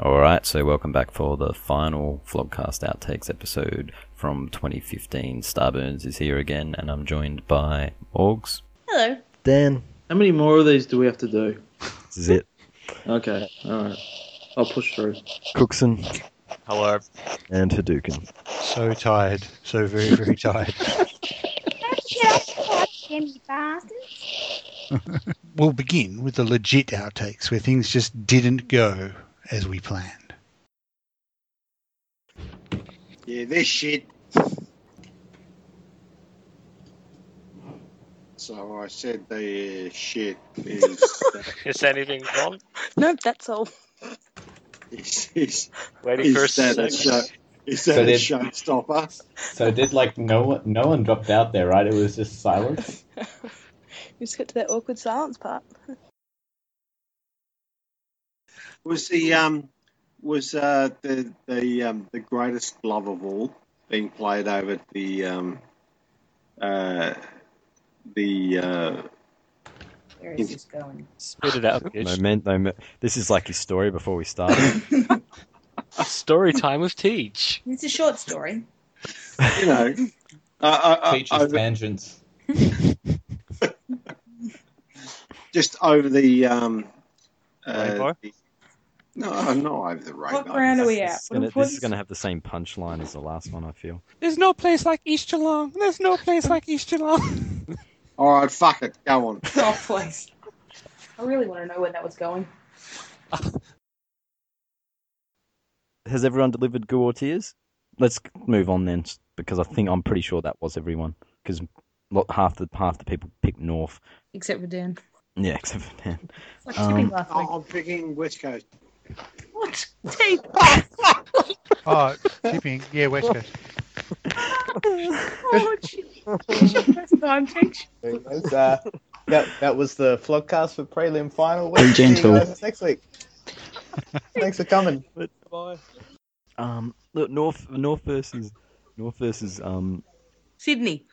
Alright, so welcome back for the final Flogcast Outtakes episode from 2015. Starburns is here again, and I'm joined by Orgs. Hello. Dan, How many more of these do we have to do? this is it. Okay, alright. I'll push through. Cookson Hello. and Hadouken. So tired. So very, very tired. Don't get off the goddamn you bastards. We'll begin with the legit outtakes where things just didn't go as we planned. Yeah, this shit. So I said the shit is, Is anything wrong? No, that's all. is, is, Waiting for a is that a second. show? Is So that a did- showstopper? So did like no one, no one dropped out there, right? It was just silence. we just got to that awkward silence part. Was the um was uh the the um the greatest love of all being played over the um uh the uh Where is this going? Spit it out, bitch. Moment, no, this is like his story before we start. Story time with Teach. It's a short story. you know uh, uh, Teaches uh, over tangents. just over the um Rainbow? the- no, not over the rainbow. What round are we at? It's What- gonna- what this is going to have the same punchline as the last one, I feel. There's no place like East Geelong. There's no place like East Geelong. All right, oh, fuck it, go on. Oh, please. I really want to know where that was going. Has everyone delivered goo or tears? Let's move on then, s- because I think I'm pretty sure that was everyone, because half the half the people picked North. Except for Dan. Yeah, except for Dan. It's like Um, Timmy last week. Oh, I'm picking West Coast. What? Teeth? Oh, tipping. Yeah, West Coast. Oh, gee. First time, Teach. Uh, that that was the vlogcast for prelim final. Be gentle. See you guys next week. Thanks for coming. Um, look, North North versus North versus um Sydney.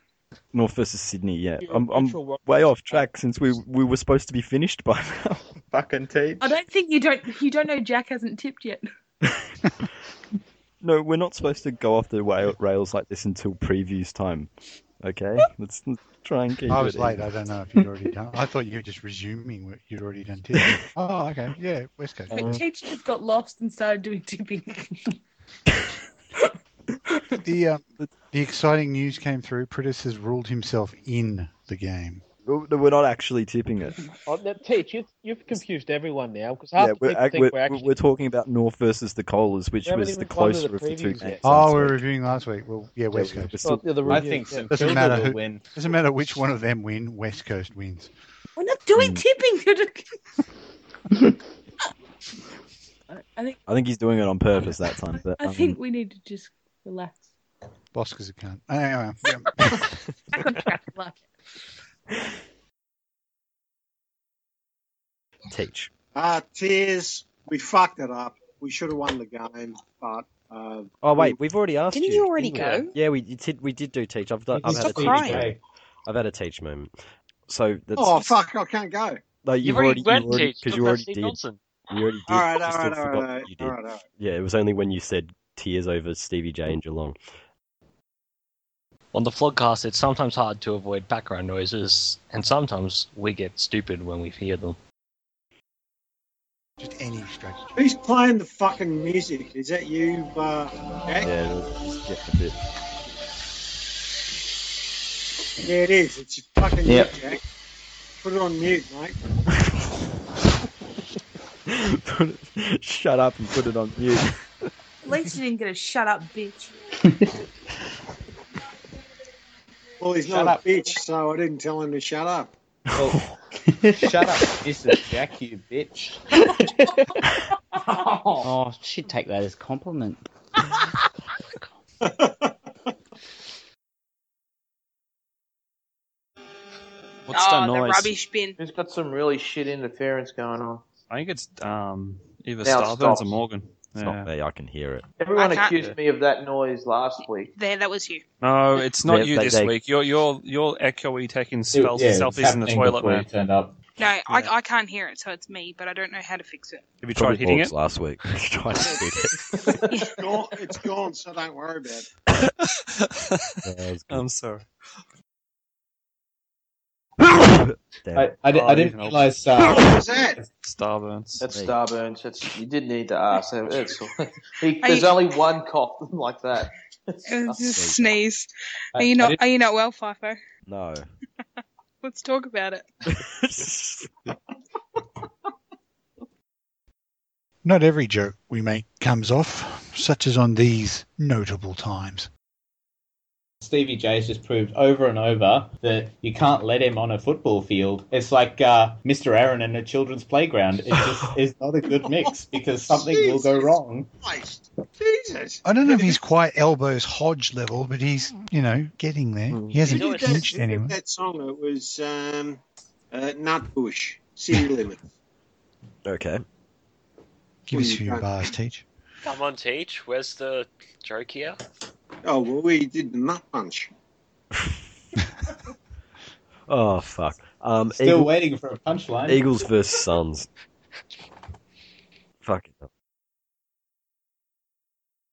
North versus Sydney. Yeah, I'm, I'm way off track since we we were supposed to be finished by now. Fucking teach. I don't think you don't you don't know Jack hasn't tipped yet. No, we're not supposed to go off the wa- rails like this until previews time. Okay, let's try and keep I was it late. in. I don't know if you'd already done. I thought you were just resuming what you'd already done. Tipping. Oh, okay. Yeah, West Um. Coast. But Teach just got lost and started doing tipping. The um, the exciting news came through. Pritis has ruled himself in the game. Oh, no, We're not actually tipping it. Oh, now, Teach, you've, you've confused everyone now because half yeah, the we're, people ac- think we're, we're actually. we're talking about North versus the Colas, which We haven't was even the gone to the closer of the two previews games. yet. Oh, we that's were right. reviewing last week. Well, yeah, West Yeah, Coast. we're Oh, still- the other I review, think yeah. St Doesn't Kilda matter will who- win. Doesn't matter which one of them win. West Coast wins. We're not doing Mm. tipping. You're not... I- I think I think he's doing it on purpose that time. But I um, think we need to just relax. Boskers a cunt. Anyway, yeah. Back on track, relax. teach. Uh, tears. We fucked it up. We should have won the game, but uh, Oh wait, we've already asked Didn't you. you already didn't we? Yeah, we did. We did do teach. I've done. I've had, a Stop teach crying. moment. I've had a teach moment. So that's oh fuck, I can't go. No, you've, You've already already went, you already, Teach. because Because you already did. Steve Johnson. You already did. All right, you all still right, all forgot right, that you did. all right, all right. Yeah, it was only when you said tears over Stevie J and Geelong. On the vlogcast, it's sometimes hard to avoid background noises, and sometimes we get stupid when we hear them. just any strategy. Who's playing the fucking music? Is that you, uh, Jack? Yeah, it was just a bit. Yeah, it is. It's fucking you, Yep. Jack. Put it on mute, mate. Put it- Shut up and put it on mute. At least you didn't get a shut up, bitch. Well, he's Shut not up. a bitch, so I didn't tell him to shut up. Oh, shut up, Mrs. Jack, you bitch. Oh, she'd take that as compliment. What's Oh, the that noise? rubbish Who's got some really shit interference going on? I think it's um either Now it Starburns stops. or Morgan. It's Yeah. not me. I can hear it. Everyone I can't- accused me of that noise last week. There, that was you. No, it's not They- you they- this they- week. You're you're you're echoey taking spells yeah, and it's selfies in the happening toilet, before man. you turned up. No, I, I can't hear it, so it's me, but I don't know how to fix it. Have you tried hitting it? last week? tried to beat it. it's, gone, it's gone, so don't worry about it. I'm sorry. I, I, di- I didn't realize. Uh, What was that? Starburns. That's Starburns. It's, you did need to ask. that- That's all. He, Are there's you- only one cough like that. It was just sneeze. I- Are you I not? didn't- Are you not well, FIFO? No. Let's talk about it. Not every joke we make comes off, such as on these notable times. Stevie J's just proved over and over that you can't let him on a football field. It's like uh, Mr. Aaron in a children's playground. It just is not a good mix because something will go wrong. Jesus. I don't know if he's quite elbows Hodge level, but he's you know getting there. Hmm. He hasn't Who did that, pinched who did anyone. that song? It was um, uh, Nutbush, City Limits. Okay. Give us a few bars, teach. Come on, Teach. Where's the joke here? Oh, well, we did the Nut Punch. Oh fuck. Um, Still waiting for a punchline. Eagles versus Suns. Fuck it.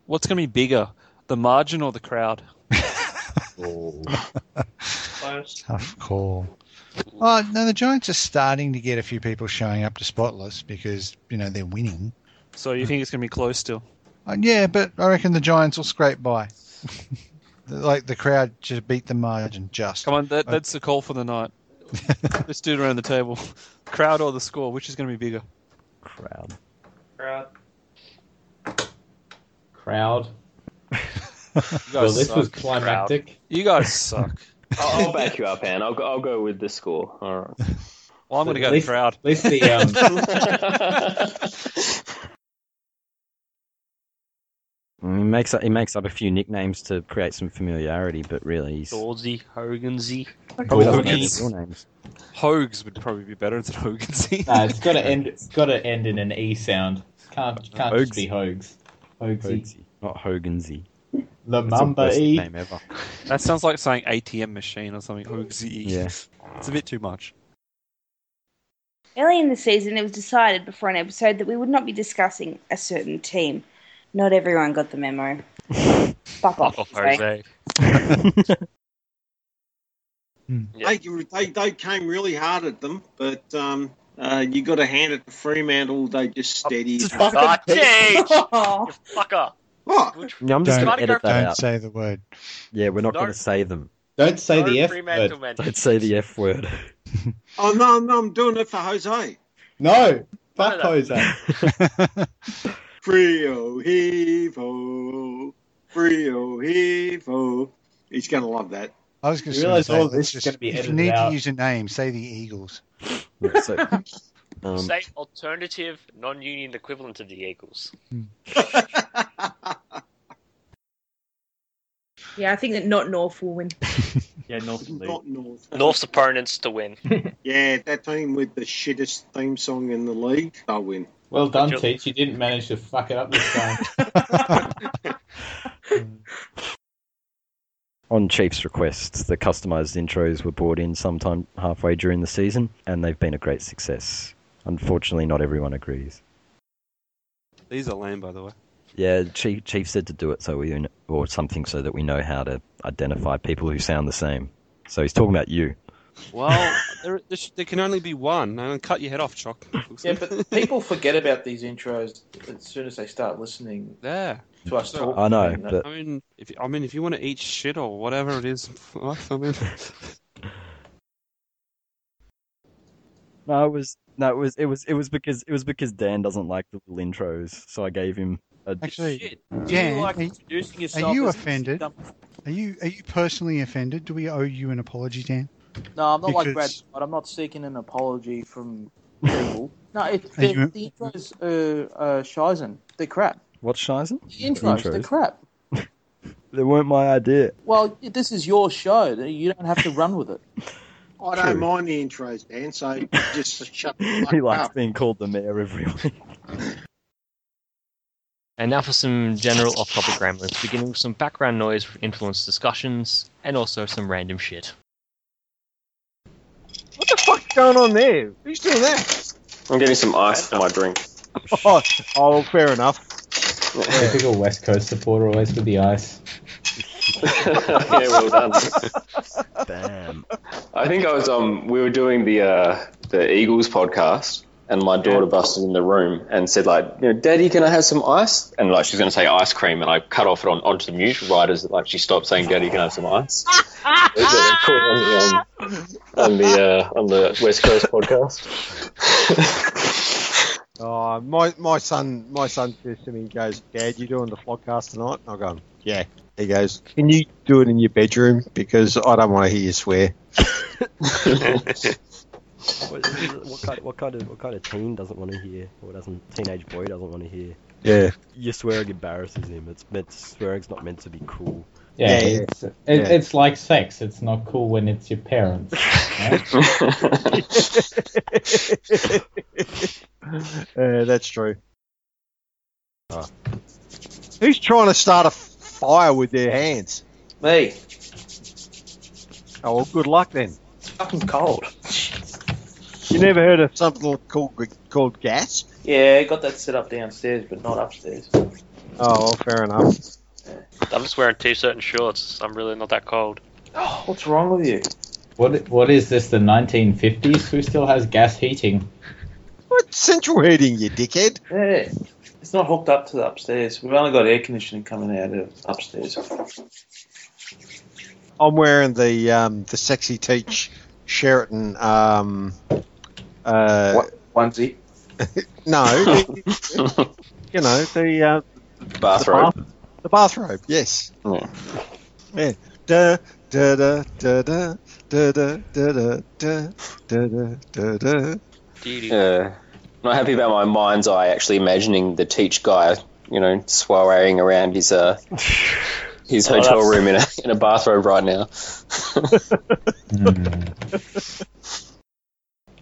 What's going to be bigger, the margin or the crowd? Tough call. Oh no, the Giants are starting to get a few people showing up to spotless because you know they're winning. So you think it's going to be close still? Uh, yeah, but I reckon the Giants will scrape by. like the crowd just beat the margin just. Come on, that, that's the call for the night. Let's do it around the table. Crowd or the score, which is going to be bigger? Crowd. Crowd. Crowd. You guys Well, this suck. was climactic. You guys suck. I'll, I'll back you up, Anne. I'll, go- I'll go with the score. All right. Well, I'm going to go At least- crowd. at least um, the, um, Mm, He makes up, he makes up a few nicknames to create some familiarity, but really he's Dawsey, Hogansy. probably doesn't know their real names. Hogs would probably be better instead of Hogansy. No, it's got to end. It's got to end in an e sound. Can't can't just be hoax. Hoaxy. Hogsy, not Hogansy. La That's the Mamba worst E. name ever. That sounds like saying ATM machine or something. Hogsy. Yeah. It's a bit too much. Early in the season, it was decided before an episode that we would not be discussing a certain team. Not everyone got the memo. Fuck off. Jose. They, they, they came really hard at them, but um, uh, you got to hand it to Fremantle. They just steadied. Oh, Teach! you fucker. Yeah, I'm just Don't- going to edit that don't out. say the word. Yeah, we're not No. going to say them. Don't say No the F Fremantle word. mention. Don't say the F word. Oh, no, no, I'm doing it for Jose. No, fuck Jose. Frio Hevo. Frio Hevo. He's going to love that. I was going You to realise say, all let's this is just- gonna be If you edited need out. to use a name, say the Eagles. Yeah, so, um, Say alternative, non-union equivalent of the Eagles. Yeah, I think that not North will win. Yeah, North. Not North. North's opponents to win. Yeah, that team with the shittest theme song in the league, they'll win. Well done, Teach. You didn't manage to fuck it up this time. on Chief's request, the customized intros were brought in sometime halfway during the season, and they've been a great success. Unfortunately, not everyone agrees. These are lame, by the way. Yeah, Chief, Chief said to do it so we or something so that we know how to identify people who sound the same. So he's talking about you. Well, there, there, sh- there can only be one. And cut your head off, Chock. Yeah, but people forget about these intros as soon as they start listening. There. To us uh, So- talking. I mean, if I mean, if you want to eat shit or whatever it is, I mean, No, it was No, it was it was it was because it was because Dan doesn't like the little intros, so I gave him a Actually, Dan, Dan, like are you- introducing yourself are you as- offended? Are you are you personally offended? Do we owe you an apology, Dan? No, I'm not like Brad. Because- But I'm not seeking an apology from people. no, it's Are the, you- the intros are uh, shizen. They're crap. What's Shizen? The intros, they're crap. They weren't my idea. Well, this is your show. You don't have to run with it. I True. don't mind the intros, Dan. So just shut the he fuck likes up. being called the mayor every week. And now for some general off topic ramblings, beginning with some background noise for influence discussions and also some random shit. What the fuck's going on there? Who's doing that? I'm getting some ice in my drink. Oh, oh fair enough. Typical West Coast supporter always with the ice. yeah, well done. Damn. I think I was um we were doing the uh the Eagles podcast and my daughter busted in the room and said like, you know, Daddy, can I have some ice? And like she's gonna say ice cream and I cut off it on onto the music writers that like she stopped saying Daddy can I have some ice. Ah, It was, uh, caught on the, um, on the uh, on the West Coast podcast. Oh, my, my son my son says to me, he goes, Dad, you doing the vlogcast tonight? And I go, Yeah. He goes, Can you do it in your bedroom? Because I don't want to hear you swear. What, what kind? What kind of? What kind of teen doesn't want to hear, or doesn't teenage boy doesn't want to hear? Yeah. Your swearing embarrasses him. It's meant swearing's not meant to be cool. Yeah, it's it, it's like sex. It's not cool when it's your parents. right? Uh, that's true. Who's trying to start a f- fire with their hands? Me. Oh, well, good luck then. It's fucking cold. You never heard of something called called gas? Yeah, I got that set up downstairs, but not upstairs. Oh, well, fair enough. I'm just wearing a t-shirt and shorts. I'm really not that cold. What's wrong with you? What what is this? The 1950s? Who still has gas heating? What central heating, you dickhead? Yeah. It's not hooked up to the upstairs. We've only got air conditioning coming out of upstairs. I'm wearing the um, the sexy teach Sheraton um, uh, onesie. no, you know the uh, Bathrobe. The, bath- the bathrobe, yes. Yeah. Da da da da da da da da da da da da da. Yeah. Not happy about my mind's eye actually imagining the teach guy, you know, soireeing around his uh his Oh, hotel that's- room in a in a bathrobe right now.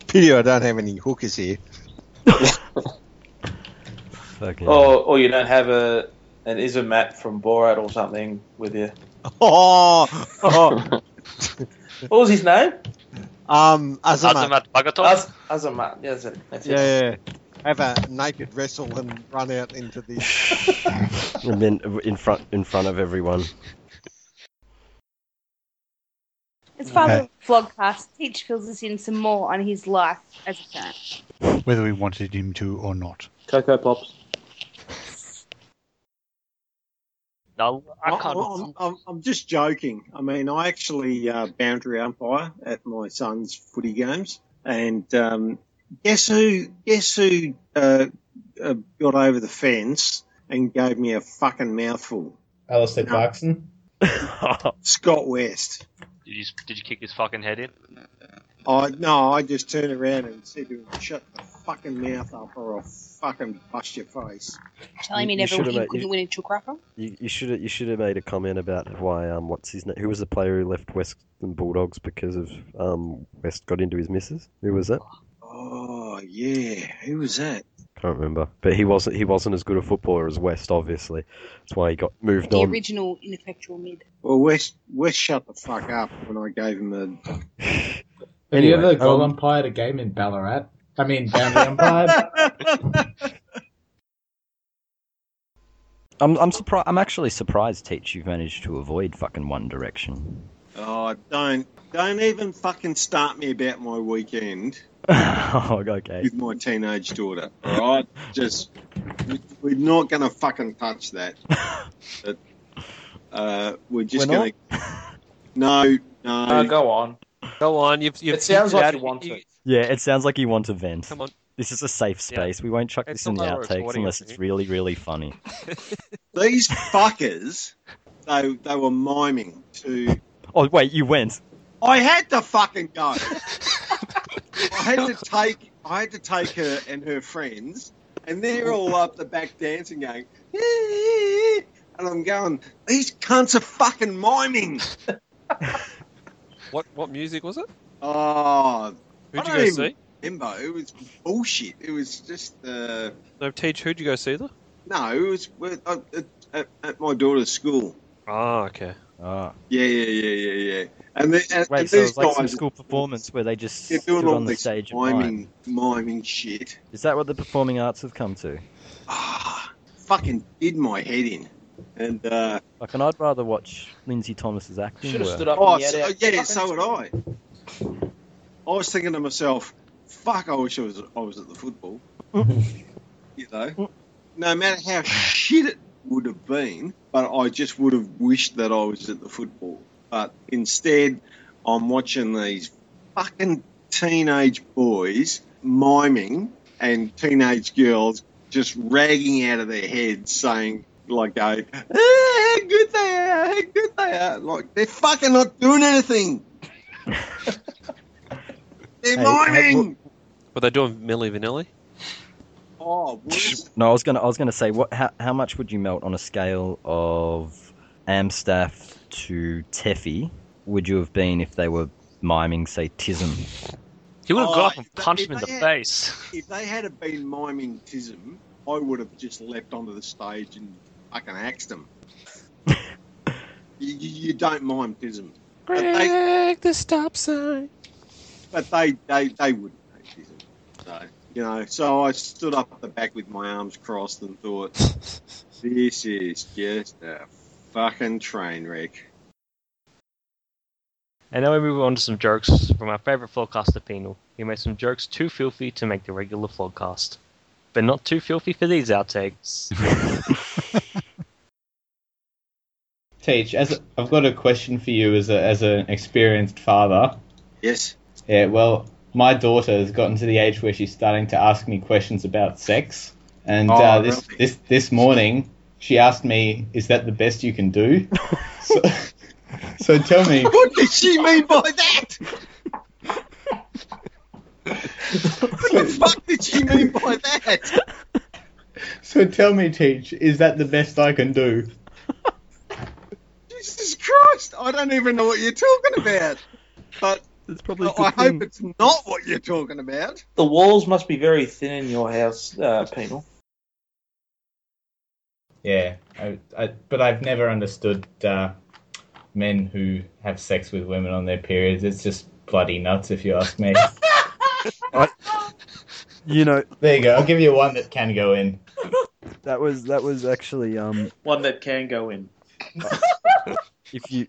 Pity I don't have any hookers here. Or, or you don't have a an Isomat from Borat or something with you. Oh, oh. What was his name? Um, Azamat. Bagatov. Az- Azamat. Yeah, that's it. That's Yeah, it. yeah, yeah. Have a naked wrestle and run out into the. And then in front, in front of everyone. As part Okay. of the vlogcast, Teach fills us in some more on his life as a parent. Whether we wanted him to or not. Cocoa Pops. No, I can't. I'm, I'm, I'm just joking. I mean, I actually uh, boundary umpire at my son's footy games, and um, guess who? Guess who uh, uh, got over the fence and gave me a fucking mouthful? Alistair Clarkson. Scott West. Did you did you kick his fucking head in? I no, I just turned around and said to him, "Shut the fucking mouth up, or I'll fucking bust your face." Telling me You never should've you let- couldn't you- win a chook raffle. You, you should have you should have made a comment about why um what's his name who was the player who left Western Bulldogs because of um West got into his missus who was that Oh yeah, who was that? can't remember but he wasn't he wasn't as good a footballer as West obviously that's why he got moved The on original ineffectual mid. Well, West West shut the fuck up when I gave him a. Have you Anyway, ever goal um, umpired a game in Ballarat? I mean, boundary umpired. I'm I'm surprised. I'm actually surprised, Teach, you've managed to avoid fucking One Direction. Oh, don't don't even fucking start me about my weekend oh, okay. with my teenage daughter. All right, just we- we're not going to fucking touch that. But, uh, we're just We're going to. No, no. go on. Go on. You've, you've, It sounds you've like out- you want to. Yeah, it sounds like you want to vent. Come on. This is a safe space. We won't chuck It's this in the not like we're outtakes recording unless it, it's really, really funny. These fuckers, they they were miming to. Oh wait, you went. I had to fucking go. I had to take I had to take her and her friends, and they're all up the back dancing, going, and I'm going, these cunts are fucking miming. What what music was it? Oh, Who'd I you don't guys even see? Remember, it was bullshit. It was just uh, No, teach. Who'd you go see though? no, it was with- uh, at, at, at my daughter's school. Oh, okay. Ah. Yeah, yeah, yeah, yeah, yeah. And, the, and, Wait, and so it these was like some guys, school performance where they just they're stood doing all on the this stage and mimed. miming, miming shit. Is that what the performing arts have come to? Fucking did my head in. And uh, like, and I'd rather watch Lindsay Thomas's acting. work. Oh, so, yeah, so would I. I was thinking to myself, "Fuck! I wish I was I was at the football." you know, no matter how shit it would have been, but I just would have wished that I was at the football. But instead, I'm watching these fucking teenage boys miming and teenage girls just ragging out of their heads, saying like, "Go, "Ah, how good they are! How good they are!" Like they're fucking not doing anything. they're miming. Were they doing Milli Vanilli? oh, worse No, I was gonna. I was gonna say, what? How, how much would you melt on a scale of Amstaff to Teffy? Would you have been if they were miming, say, Tism? He would have Oh, got up and if they- punched if him in they the had- face. If they had have been miming Tism, I would have just leapt onto the stage and fucking axed them. you, you, you don't mime Tism, but they, Greg, the stop sign. but they, they, they wouldn't know Tism. So you know, so I stood up at the back with my arms crossed and thought, this is just a fucking train wreck. And now we move on to some jokes from our favourite vlogcaster, Penal. He made some jokes too filthy to make the regular vlogcast, but not too filthy for these outtakes. Teach, as a, I've got a question for you as a, as an experienced father. Yes. Yeah, well, my daughter has gotten to the age where she's starting to ask me questions about sex, and Oh, uh, this really? this this morning she asked me, "Is that the best you can do?" so, so tell me, What did she mean by that? what the fuck did she mean by that? so tell me, Teach, is that the best I can do? Jesus Christ! I don't even know what you're talking about. But probably I hope it's not what you're talking about. The walls must be very thin in your house, uh, Penal. Yeah, I, I, but I've never understood uh, men who have sex with women on their periods. It's just bloody nuts, if you ask me. you know, there you go. I'll give you one that can go in. That was that was actually um. One that can go in. If you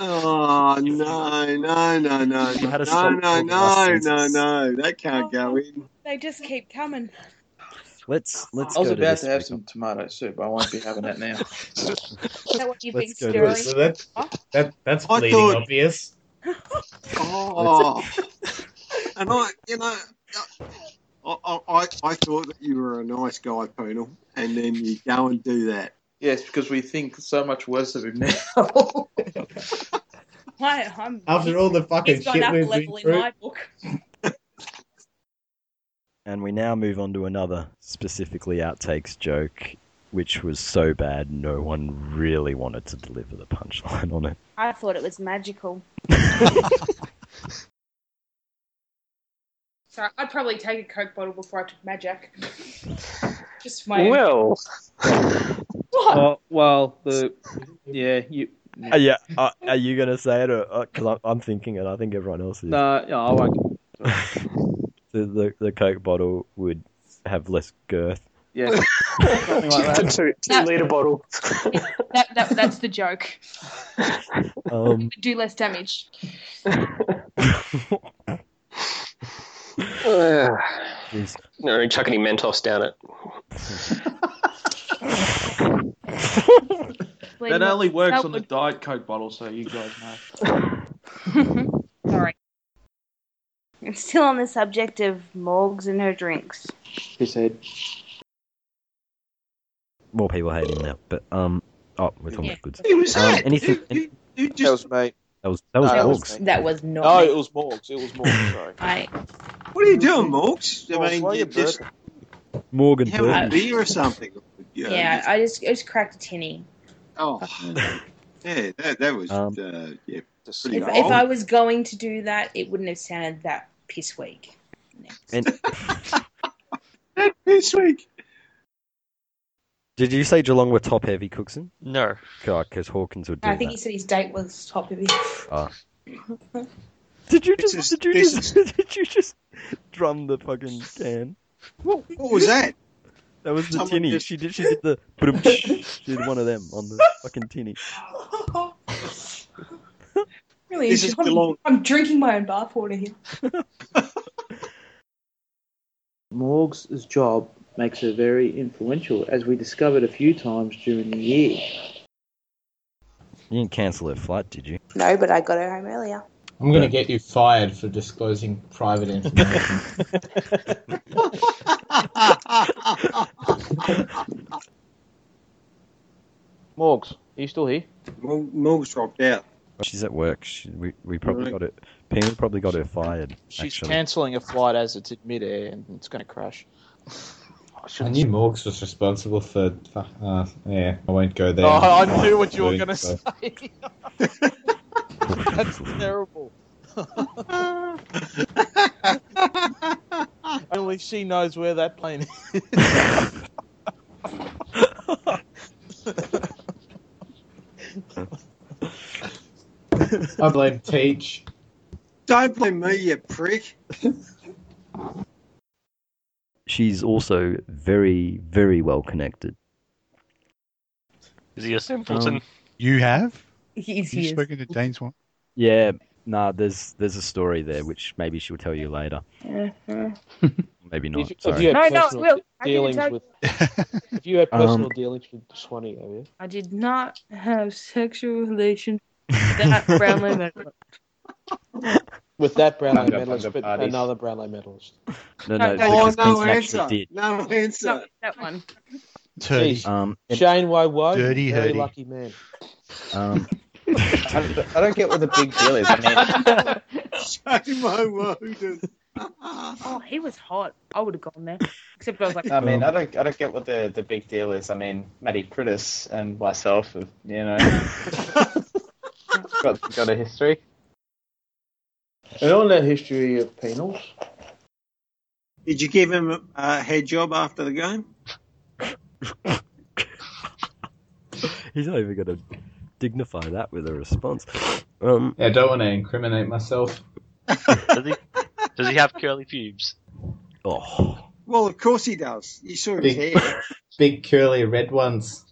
Oh no, no, no, no, You had no, a no, stop for no, the last no, no, sentence. no! That can't go in. They just keep coming. Let's let's. I was go about to, this to have week. some tomato soup. I won't be having that now. Is that what you've been Let's go stirring? to So that, that, that's I bleeding thought- obvious. Oh, and I, you know, I, I, I- I thought that you were a nice guy, Penal, and then you go and do that. yes, because we think so much worse of him now. I, I'm, After all the fucking he's gone shit up a we've level in been through. my book. And we now move on to another specifically outtakes joke, which was so bad no one really wanted to deliver the punchline on it. I thought it was magical. Sorry, I'd probably take a Coke bottle before I took magic. Just my own- Well, What? Oh, well, the yeah, you. Uh, yeah, uh, are you gonna say it or uh, because I'm, I'm thinking it? I think everyone else is. No, no, I won't. The, the the Coke bottle would have less girth. Yeah, something like that. two, two liter bottle. that, that, that's the joke. Um, Do less damage. Uh, Jeez. no, chuck any Mentos down it. That only works on the Diet Coke bottle, so you guys know. Sorry. And still on the subject of Morgs and her drinks. He said, More people hate him now, but um, oh, we're talking Yeah. about goods. Who was Um, that? anything? That was me. That was that was No, Morgs. me. that was not No, me. it was Morgs. It was Morgs. Sorry. I What are you doing, Morgs? I Morgs, mean, why are you you just Morgan have a Burton. beer or something. yeah, I just I just cracked a tinny. Oh, yeah, that, that was Um, uh, yeah, pretty If, wrong. if I was going to do that, it wouldn't have sounded that piss weak. And this week. did you say Geelong were top heavy, Cookson? No. God, because Hawkins would do I think he that. said his date was top of it. Ah. Did you just? did you this just? did you just drum the fucking can? What, what was that? That was the Someone tinny. just- She did. She did the. she did one of them on the fucking tinny. really, This is I'm, Geelong. I'm drinking my own bathwater here. Morg's job makes her very influential, as we discovered a few times during the year. You didn't cancel her flight, did you? No, but I got her home earlier. I'm going to get you fired for disclosing private information. Morgs, are you still here? Mor- Morgs dropped out. She's at work. She, we we probably Right. got it. Penguin probably got her fired. She's actually. cancelling a flight as it's in midair and it's going to crash. I knew Morgs was responsible for. Uh, yeah, I won't go there. Oh, I knew what you were going to So- say. That's terrible. Only she knows where that plane is. I blame Teach. Don't blame me, you prick. She's also very very well connected. Is he a simpleton? Um, You have? He's You've spoken to Dane's one? Yeah. Nah. There's there's a story there which maybe she'll tell you later. Maybe not. If Sorry. you had No, no, personal it will. I didn't Dealings tell with, if you had Um, personal dealings with Swanee, have you? I did not have sexual relations with that Brownlow medal. With that Brownlow Under- medalist, under but parties. another Brownlow medalist. No, No, no. no. Oh, because no Kingston actually answer. did. No answer. No, that one. Turdy. Jeez. Um, Shane Waiwo, Dirty very hurdy. lucky man. um, I don't, I don't get what the big deal is. I mean, Shame my wonders. Oh, he was hot. I would have gone there. Except I was like, I mean, I don't, I don't get what the, the big deal is. I mean, Matty Critis and myself have, you know, got got a history. And on that history of penals, Did you give him a head job after the game? he's not even gonna dignify that with a response. Um, yeah, I don't want to incriminate myself. Does he, does he have curly pubes? oh, Well, of course he does. You saw his Big- hair. Big curly red ones.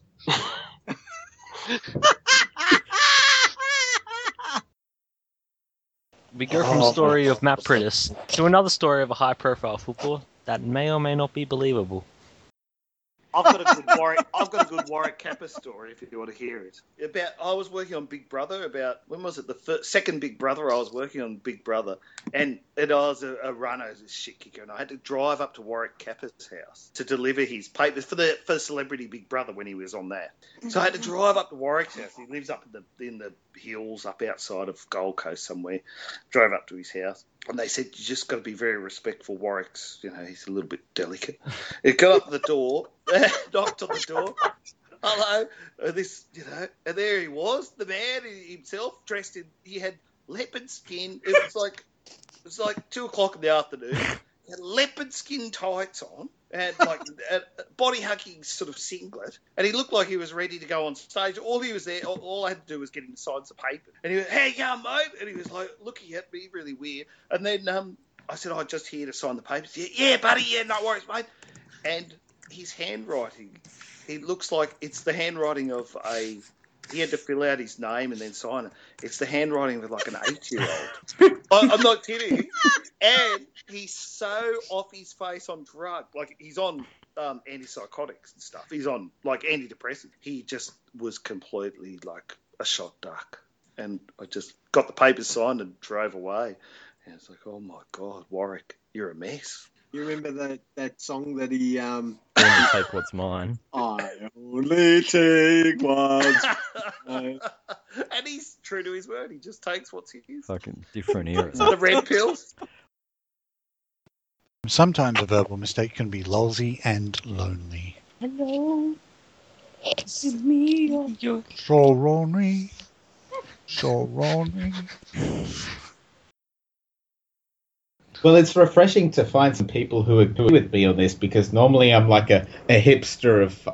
We go from a story of Matt Prittis to another story of a high profile footballer that may or may not be believable. I've got a good Warwick. I've got a good Warwick Kappa story if you want to hear it. About I was working on Big Brother. About when was it? The first, second Big Brother. I was working on Big Brother, and and I was a, a runner, as a shit kicker, and I had to drive up to Warwick Kappa's house to deliver his papers for the for Celebrity Big Brother when he was on that. So I had to drive up to Warwick's house. He lives up in the in the hills, up outside of Gold Coast somewhere. Drove up to his house, and they said you just got to be very respectful. Warwick's, you know, he's a little bit delicate. It got up to the door, knocked on the door. Hello, and this, you know, and there he was, the man he- himself, dressed in. He had leopard skin. It was like it was like two o'clock in the afternoon. He had leopard skin tights on and like a a body hugging sort of singlet, and he looked like he was ready to go on stage. All he was there, all, all I had to do was get him to sign some paper, and he was, "Hey, yeah, mate," and he was like looking at me really weird, and then um. I said, "I'm just here to sign the papers." Yeah, yeah, buddy. Yeah, no worries, mate. And his handwriting it looks like it's the handwriting of a. He had to fill out his name and then sign it. It's the handwriting of like an eight-year-old. I, I'm not kidding. And he's so off his face on drug, like he's on um, antipsychotics and stuff. He's on like antidepressants. He just was completely like a shot duck. And I just got the papers signed and drove away. And it's like, oh my god, Warwick, you're a mess. You remember that, that song that he um Only take what's mine. I only take one and he's true to his word. He just takes what's his. Fucking different era. The red pills. Sometimes a verbal mistake can be lousy and lonely. Hello. Give me your. So lonely. So lonely. Well, it's refreshing to find some people who agree with me on this because normally I'm like a, a hipster of. fu-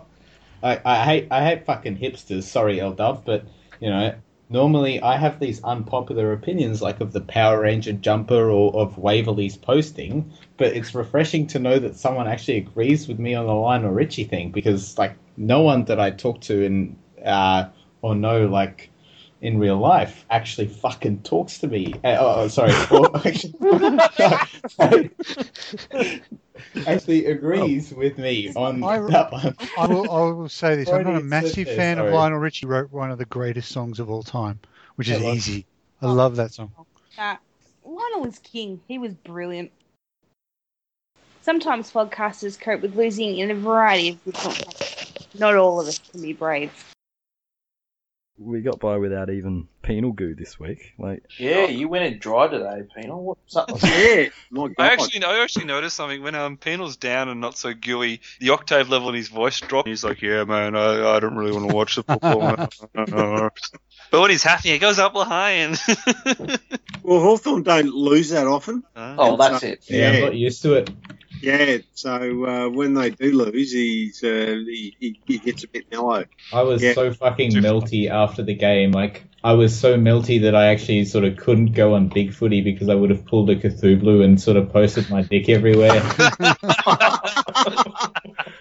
I, I hate I hate fucking hipsters. Sorry, L Dub, but you know normally I have these unpopular opinions like of the Power Ranger jumper or of Waverly's posting. But it's refreshing to know that someone actually agrees with me on the Lionel Richie thing because like no one that I talk to in uh, or know like in real life actually fucking talks to me. Uh, oh, oh, sorry. Or actually, actually agrees Oh. with me on I- that one. I will, I will say this. I'm not a Freudian massive slip there, fan of sorry. Lionel Richie. Wrote one of the greatest songs of all time, which is I love- Easy. I love that song. Nah, Lionel was king. He was brilliant. Sometimes podcasters cope with losing in a variety of different ways. Not all of us can be brave. We got by without even penal goo this week. Like, Yeah, you went in dry today, Penal. What's up? yeah, my God. I actually, I actually noticed something when um Penal's down and not so gooey. The octave level in his voice dropped. He's like, "Yeah, man, I, I don't really want to watch the football." but when he's happy, he goes up high and. Well Hawthorn don't lose that often. Oh, that's it. Yeah, I'm not used to it. Yeah, so uh, when they do lose, he's, uh, he, he he gets a bit mellow. I was Yeah. so fucking melty after the game. Like I was so melty that I actually sort of couldn't go on Big Footy because I would have pulled a Cthulhu and sort of posted my dick everywhere.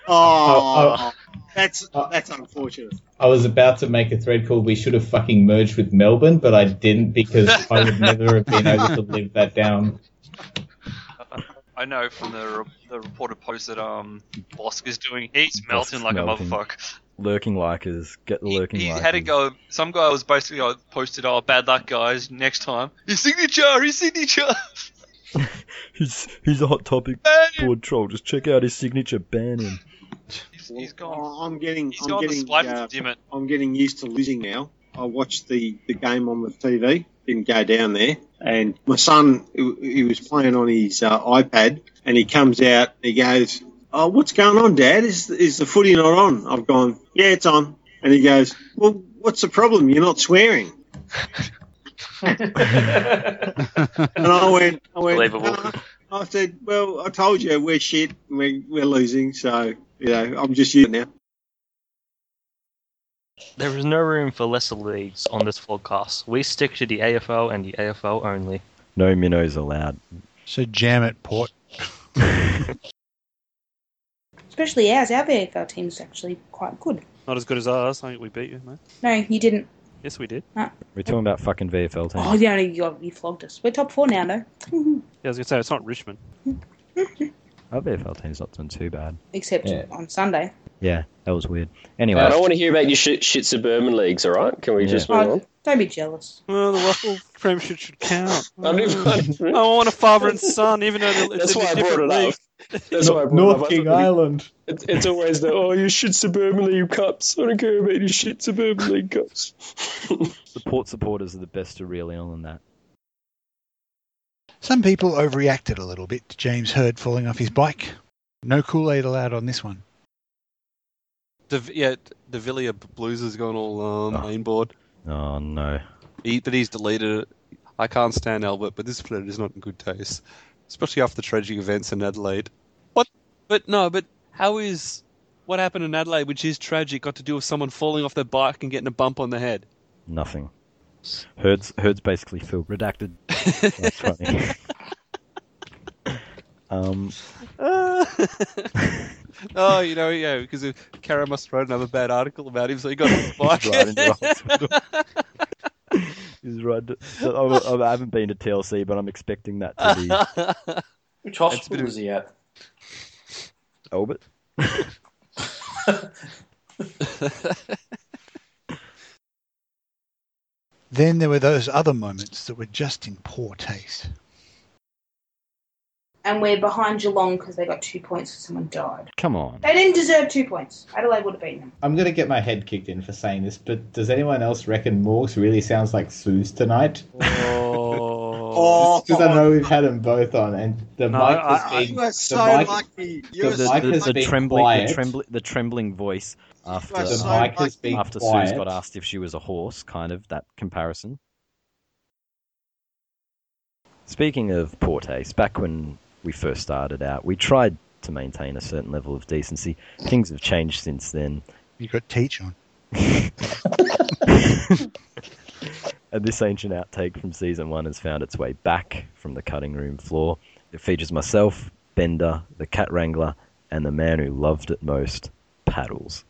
Oh, that's that's unfortunate. I was about to make a thread called "We should have fucking merged with Melbourne," but I didn't because I would never have been able to live that down. I know from the re- the reported post that um Bosk is doing. He's melting Bosk's like melting. a motherfucker. lurking likers, get the lurking He likers. had a go. Some guy was basically uh, posted, "Oh, bad luck, guys. Next time, his signature, his signature." He's he's a hot topic board troll. Just check out his signature. Ban him. He's gone. Oh, I'm getting. He's I'm gone the getting. spite uh, dim it. I'm getting used to losing now. I watched the, the game on the TV. Didn't go down there. And my son, he, he was playing on his uh, iPad, and he comes out. He goes, "Oh, what's going on, Dad? Is is the footy not on?" I've gone, "Yeah, it's on." And he goes, "Well, what's the problem? You're not swearing." And I went, I went, Believable. "Nah." I said, well, I told you we're shit, and we're, we're losing, so you know I'm just using it now. There is no room for lesser leagues on this podcast. We stick to the AFL and the AFL only. No minnows allowed. So jam it, Port. Especially ours. Our VFL team's actually quite good. Not as good as ours. I think we beat you, mate. No, you didn't. Yes, we did. Ah. We're talking about fucking VFL teams. Oh, yeah, no, you, got, you flogged us. We're top four now, though. Yeah, I was gonna say it's not Richmond. Our VFL team's not done too bad. Except Yeah. on Sunday. Yeah, that was weird. Anyway, I I don't don't want wanna to to hear hear about about your shit, suburban leagues. All right, can we just Uh, move move on? Oh, don't be jealous. Well, the Russell Premiership should count. I I Oh, want a father and son, even though they're- That's they're why I brought different it up. leagues. That's why I brought it North up. King Island. It's, it's always the oh, you shit suburban league cups. I don't care about your shit suburban league cups. The port supporters are the best to reel in on that. Some people overreacted a little bit to James Heard falling off his bike. No Kool Aid allowed on this one. The yeah, the Villier Blues has gone all um, main board. Oh no. He, but he's deleted it. I can't stand Albert, but this planet is not in good taste, especially after the tragic events in Adelaide. What? But no, but how is what happened in Adelaide, which is tragic, got to do with someone falling off their bike and getting a bump on the head? Nothing. Herd's Herd's basically Phil redacted. That's funny. um, oh, you know, yeah, because Kara must write another bad article about him, so he got his bike. right into the hospital. He's right. So I'm, I haven't been to TLC, but I'm expecting that to be Which hospital was he at? Albert. Then there were those other moments that were just in poor taste. and we're behind Geelong because they got two points because someone died. Come on. They didn't deserve two points. Adelaide would have beaten them. I'm going to get my head kicked in for saying this, but does anyone else reckon Morgs really sounds like Suze tonight? Oh. Because I know we've had them both on, and the No, mic has I- I- been. You are the so mic- The, lucky. mic the, has the, the, been trembling, quiet. the, trembling, the trembling voice after, are so The mic has been after quiet. Suze got asked if she was a horse, kind of, that comparison. Speaking of poor taste, back when we first started out, we tried to maintain a certain level of decency. Things have changed since then. You got teach on. And Uh, this ancient outtake from season one has found its way back from the cutting room floor. It features myself, Bender, the cat wrangler, and the man who loved it most, Paddles.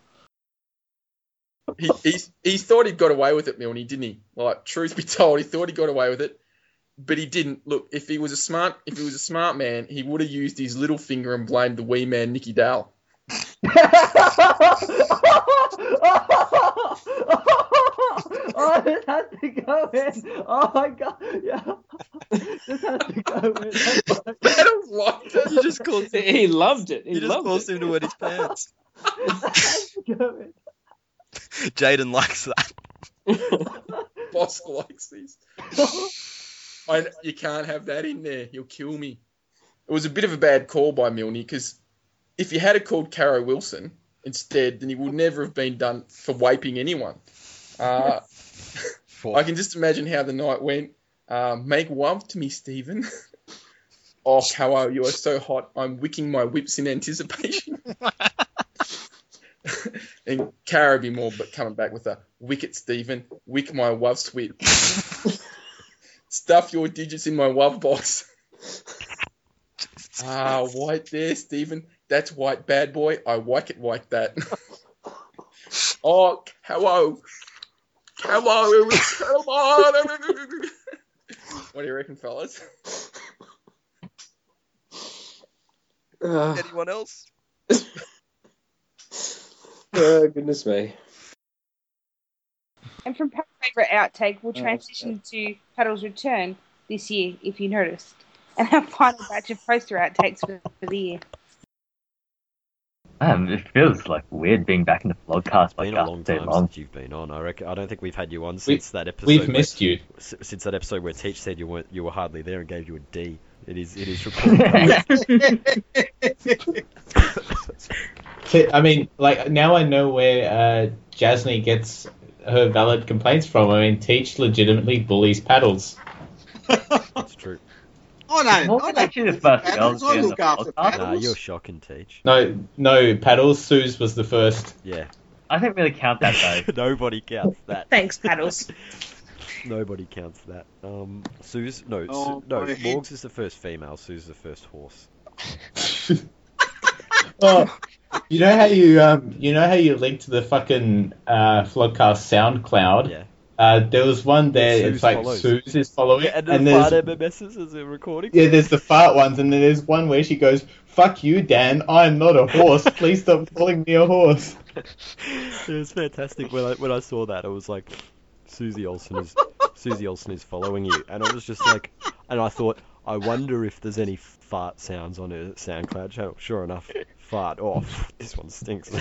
He, he, he thought he'd got away with it, Milne, didn't he? Like, truth be told, he thought he got away with it, but he didn't. Look, if he was a smart if he was a smart man, he would have used his little finger and blamed the wee man Nicky Dale. Oh, it has to go in. Oh my god. Yeah. This has to go in. He just caused him- He loved it. He He just loved caused him to wet his pants. Jaden likes that. Boss likes these. I, you can't have that in there. You'll kill me. It was a bit of a bad call by Milne because if he had have called Caro Wilson instead, then he would never have been done for waping anyone. Uh, I can just imagine how the night went. Uh, make love to me, Stephen. oh, Caro, you are so hot. I'm wicking my whips in anticipation. and Caro be more, but coming back with a wicket, Stephen. Wick my love's whip. Stuff your digits in my love box. Ah, white there, Stephen. That's white, bad boy. I like it like that. oh, hello. Come on, come on. what do you reckon, fellas? Anyone else? Oh, goodness me. And from Pat's favourite outtake, we'll Oh, transition to Paddle's return this year, if you noticed, and our final batch of poster outtakes for, for the year. Man, it feels like weird being back in the vlogcast Been podcast a long so time long. since you've been on. I reckon. I don't think we've had you on since that episode. we've where- missed you. s- Since that episode where Teach said you weren't, you were hardly there and gave you a D. It is. It is reported. Ki- I mean, like now I know where uh, Jasny gets her valid complaints from. I mean, Teach legitimately bullies paddles. That's true. I What don't. I was don't. actually the first Paddles, girl I to be on the look after podcast? Nah, you're shocking, Teach. No, no, paddles. Suze was the first. Yeah. I don't really count that though. Nobody counts that. Thanks, Paddles. Nobody counts that. Um, Sue's no, Sue- Oh, no. my head. Morgs is the first female. Sue's the first horse. Oh, you know how you um, you know how you linked to the fucking uh, vlogcast SoundCloud. Yeah. Uh, there was one there. Suze it's like follows. Suze is following, Yeah, and, and the there's fart MMSs as a recording. Yeah, there's the fart ones, and then there's one where she goes, "Fuck you, Dan. I'm not a horse. Please stop calling me a horse." it was fantastic when I when I saw that. I was like, Susie Olsen is Susie Olsen is following you, and I was just like, and I thought, I wonder if there's any fart sounds on her SoundCloud channel. Sure enough, fart off. This one stinks.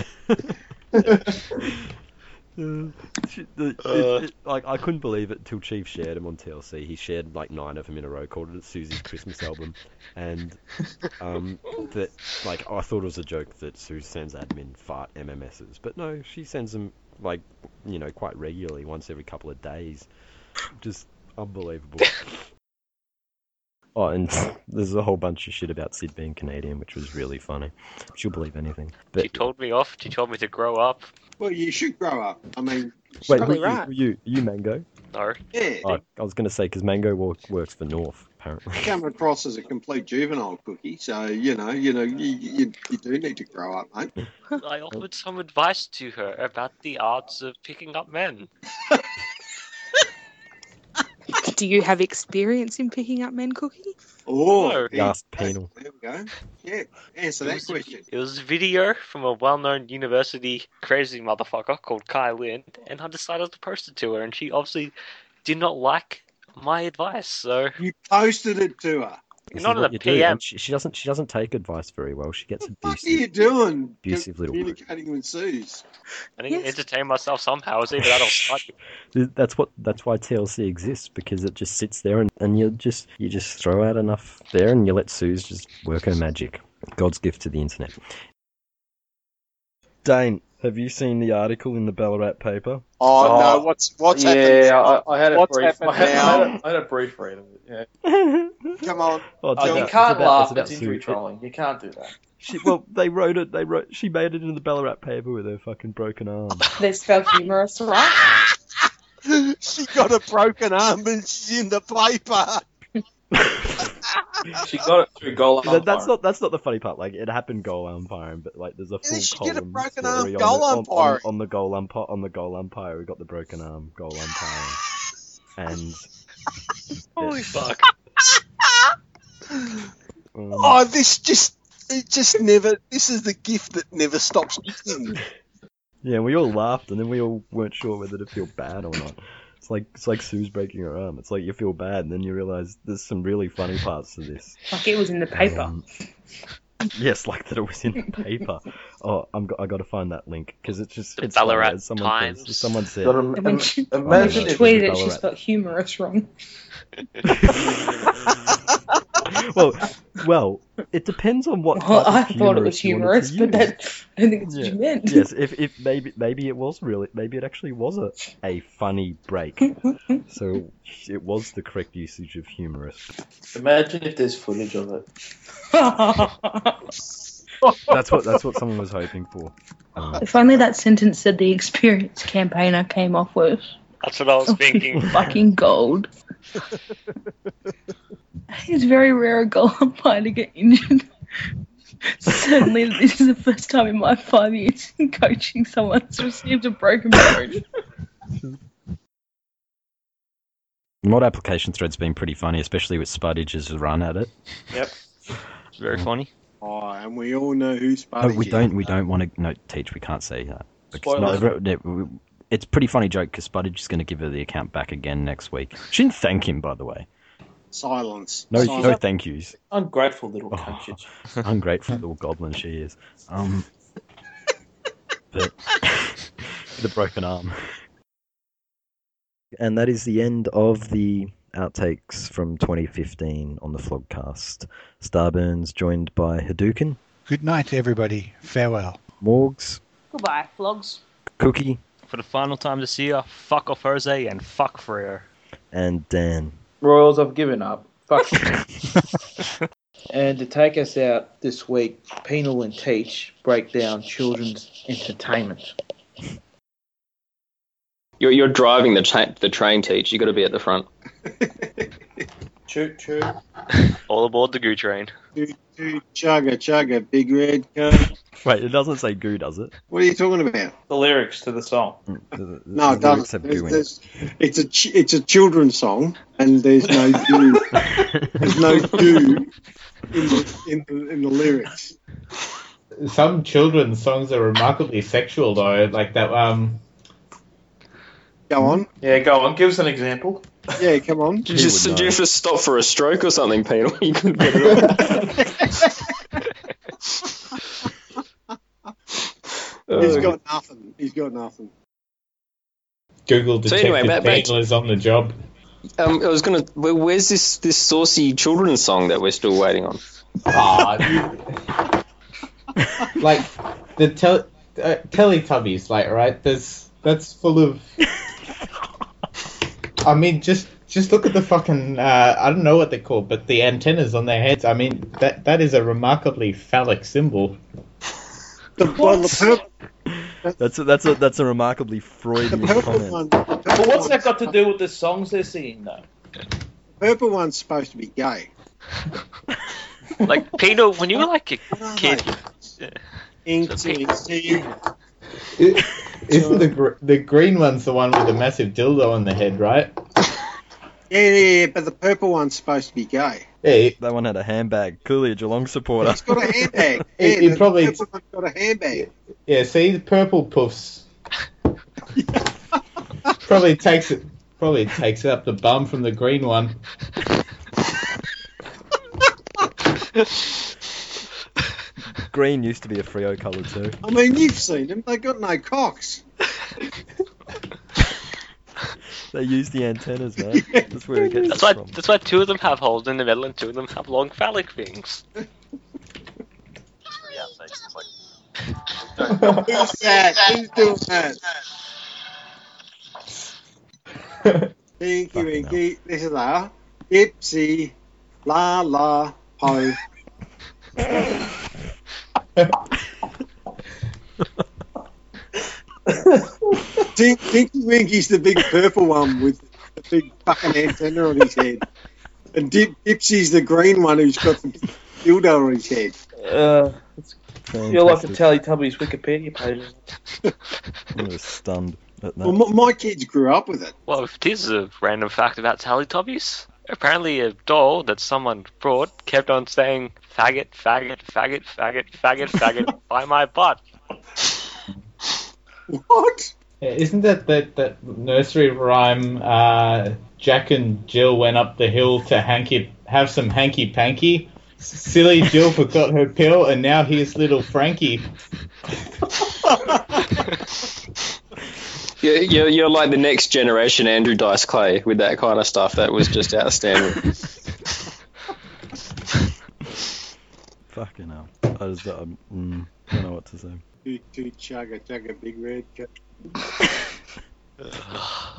Uh, she- the- it- Uh. it- like I couldn't believe it till Chief shared them on TLC. He shared like nine of them in a row, called it Susie's Christmas album, and um, that like I thought it was a joke that Susie sends admin fart MMSs, but no, she sends them like you know quite regularly, once every couple of days. Just unbelievable. Oh, and there's a whole bunch of shit about Sid being Canadian, which was really funny. She'll believe anything. But She told me off. She told me to grow up. Well, you should grow up. I mean, wait, who- who- you, you Mango? No. Yeah. Oh, I was going to say because Mango wa- works for North, apparently. You come across as a complete juvenile cookie, so you know, you know, you, you, you do need to grow up, mate. I offered some advice to her about the arts of picking up men. Do you have experience in picking up men, Cookie? Oh, No. yeah, Yes, penal. there we go. Yeah, answer that question. It was a video from a well-known university crazy motherfucker called Kai Lin, and I decided to post it to her, and she obviously did not like my advice. So you posted it to her. You're This not is in what the do, PM. and She, she doesn't. She doesn't take advice very well. She gets What abusive. are you doing? Abusive little word. Communicating with Zeus. I need to entertain myself somehow. It's either that or start Th- That's what. That's why TLC exists because it just sits there and, and you just you just throw out enough there and you let Suze just work her magic. God's gift to the internet. Dane, have you seen the article in the Ballarat paper? Oh, no! What's what's yeah, happened? I- I had it what's brief- happened I had- now? I had I had a brief read of it. Yeah. Come on! Oh, it's Oh, about- you it's can't about- laugh it's about at injury Sue. trolling. You can't do that. She, well, they wrote it. They wrote. She made it into the Ballarat paper with her fucking broken arm. They spell humorous, right? she got a broken arm and she's in the paper. She got it through goal That- that's not that's not the funny part. Like it happened goal umpiring, but like there's a full she column did a broken arm story on goal the, on- on- umpiring. on, the goal umpire on the goal umpire. We got the broken arm goal umpire, and Holy fuck! um, Oh, this just it just never. This is the gift that never stops giving. yeah, we all laughed, and then we all weren't sure whether to feel bad or not. It's like it's like Sue's breaking her arm. It's like you feel bad, and then you realize there's some really funny parts to this. Um, Like it was in the paper. Yes, like that it was in the paper. Oh, I'm go- I got to find that link because it's just it's Ballarat hilarious. someone says- Times. someone said. Gotta im- And when she, Oh my when she God, it's tweeted it, she Ballarat. spelled humorous wrong. well, well, it depends on what. Well, type of I thought it was humorous, you but wanted to use. that, I don't think it's what you meant. yes, if, if maybe maybe it was really maybe it actually was a, a funny break, so it was the correct usage of humorous. Imagine if there's footage of it. That's what that's what someone was hoping for. Um, If only that sentence said the experienced campaigner came off with That's what I was thinking. fucking gold. it's very rare a goal umpire to get injured. Certainly, this is the first time in my five years in coaching someone's received a broken bone. mod application thread's been pretty funny, especially with Spudidge's run at it. Mm. Yep. It's very funny. Oh, and we all know who No, Sparty we don't. We don't want to. No, teach. We can't say that. Because Spoiler. not every- no, we- it's a pretty funny joke because Spudidge is going to give her the account back again next week. She didn't thank him, by the way. Silence. No, Silence. no, thank Oh. yous. Ungrateful little cunt. you- Ungrateful little goblin she is. Um, but the broken arm. And that is the end of the outtakes from 2015 on the Flogcast. Starburns joined by Hadouken. Good night, everybody. Farewell. Morgs, Goodbye, flogs. Cookie, For the final time this year, fuck off Jose and fuck Freer. and Dan. Royals, I've given up. Fuck you. And to take us out this week, Penal and Teach break down children's entertainment. You're, you're driving the, cha- the train, Teach. you got to be at the front. Choo choo. All aboard the goo train. Choo choo. Chugga chugga. Big red coat. Wait, it doesn't say goo, does it? What are you talking about? The lyrics to the song. No, it doesn't. There's- there's- it's a ch- it's a children's song, and there's no goo. there's no goo in the, in, the, in the lyrics. Some children's songs are remarkably sexual, though. Like that. Um. Go on. Yeah, go on. Give us an example. Yeah, come on. Did you, just, did you just stop for a stroke or something, Penal? You couldn't get it up. He's got nothing. He's got nothing. Google So detective anyway, back- back Beetle is on the job. Um, I was gonna. where- Where's this this saucy children's song that we're still waiting on? like the tel- uh, Teletubbies, like right? There's that's full of. I mean, just just look at the fucking. Uh, I don't know what they're called, but the antennas on their heads. I mean, that that is a remarkably phallic symbol. The, well, the That's a, that's a that's a remarkably Freudian comment. But what's that got to do with the songs they're singing, though? purple one's supposed to be gay. Like Pino, when you were like a kid, It, isn't the gr- the green one's the one with the massive dildo on the head, right? Yeah, yeah, yeah, but the purple one's supposed to be gay. Hey, that one had a handbag. Clearly a Geelong supporter. He's got a handbag. He- Yeah, he the probably- purple one's got a handbag. Yeah, see the purple puffs. probably takes it. Probably takes up the bum from the green one. Green used to be a Frio colour too. I mean, you've seen them. They got no cocks. They use the antennas, man. That's where we get That's this why. from. That's why two of them have holes in the middle, and two of them have long phallic rings. Who's that? Who's doing that? Inky Winky, this is our Ipsy, la la ho. Tink, Tinky Winky's the big purple one with the big fucking antenna on his head. And Dip, Dipsy's the green one who's got the big dildo on his head. Uh, You're like a Teletubbies Wikipedia page. I was stunned at that. Well, my, my kids grew up with it. Well, if this is a random fact about Teletubbies. Apparently, a doll that someone brought kept on saying "faggot, faggot, faggot, faggot, faggot, faggot" by my butt. What? Yeah, Isn't that that, that nursery rhyme? Uh, Jack and Jill went up the hill to hanky have some hanky panky. Silly Jill forgot her pill, and now here's little Frankie. You're, you're, you're like the next generation Andrew Dice Clay with that kind of stuff. That was just outstanding. Fucking hell. I just um, mm, don't know what to say. Two, two chugga chugga big red.